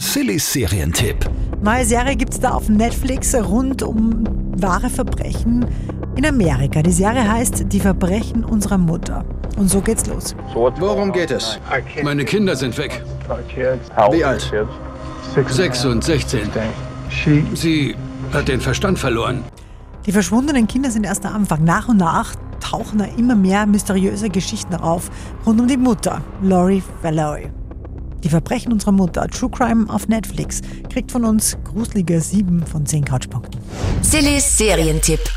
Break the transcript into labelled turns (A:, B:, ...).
A: Silly Serientipp.
B: Neue Serie gibt es da auf Netflix rund um wahre Verbrechen in Amerika. Die Serie heißt Die Verbrechen unserer Mutter. Und so geht's los.
C: Worum geht es?
D: Meine Kinder sind weg.
C: Wie alt?
D: Sechs und 16. Sie hat den Verstand verloren.
B: Die verschwundenen Kinder sind erst am Anfang. Nach und nach tauchen da immer mehr mysteriöse Geschichten auf rund um die Mutter, Lori Valerie. Die Verbrechen unserer Mutter, True Crime auf Netflix, kriegt von uns gruselige 7 von 10 Couchpunkten.
E: Silly Serientipp.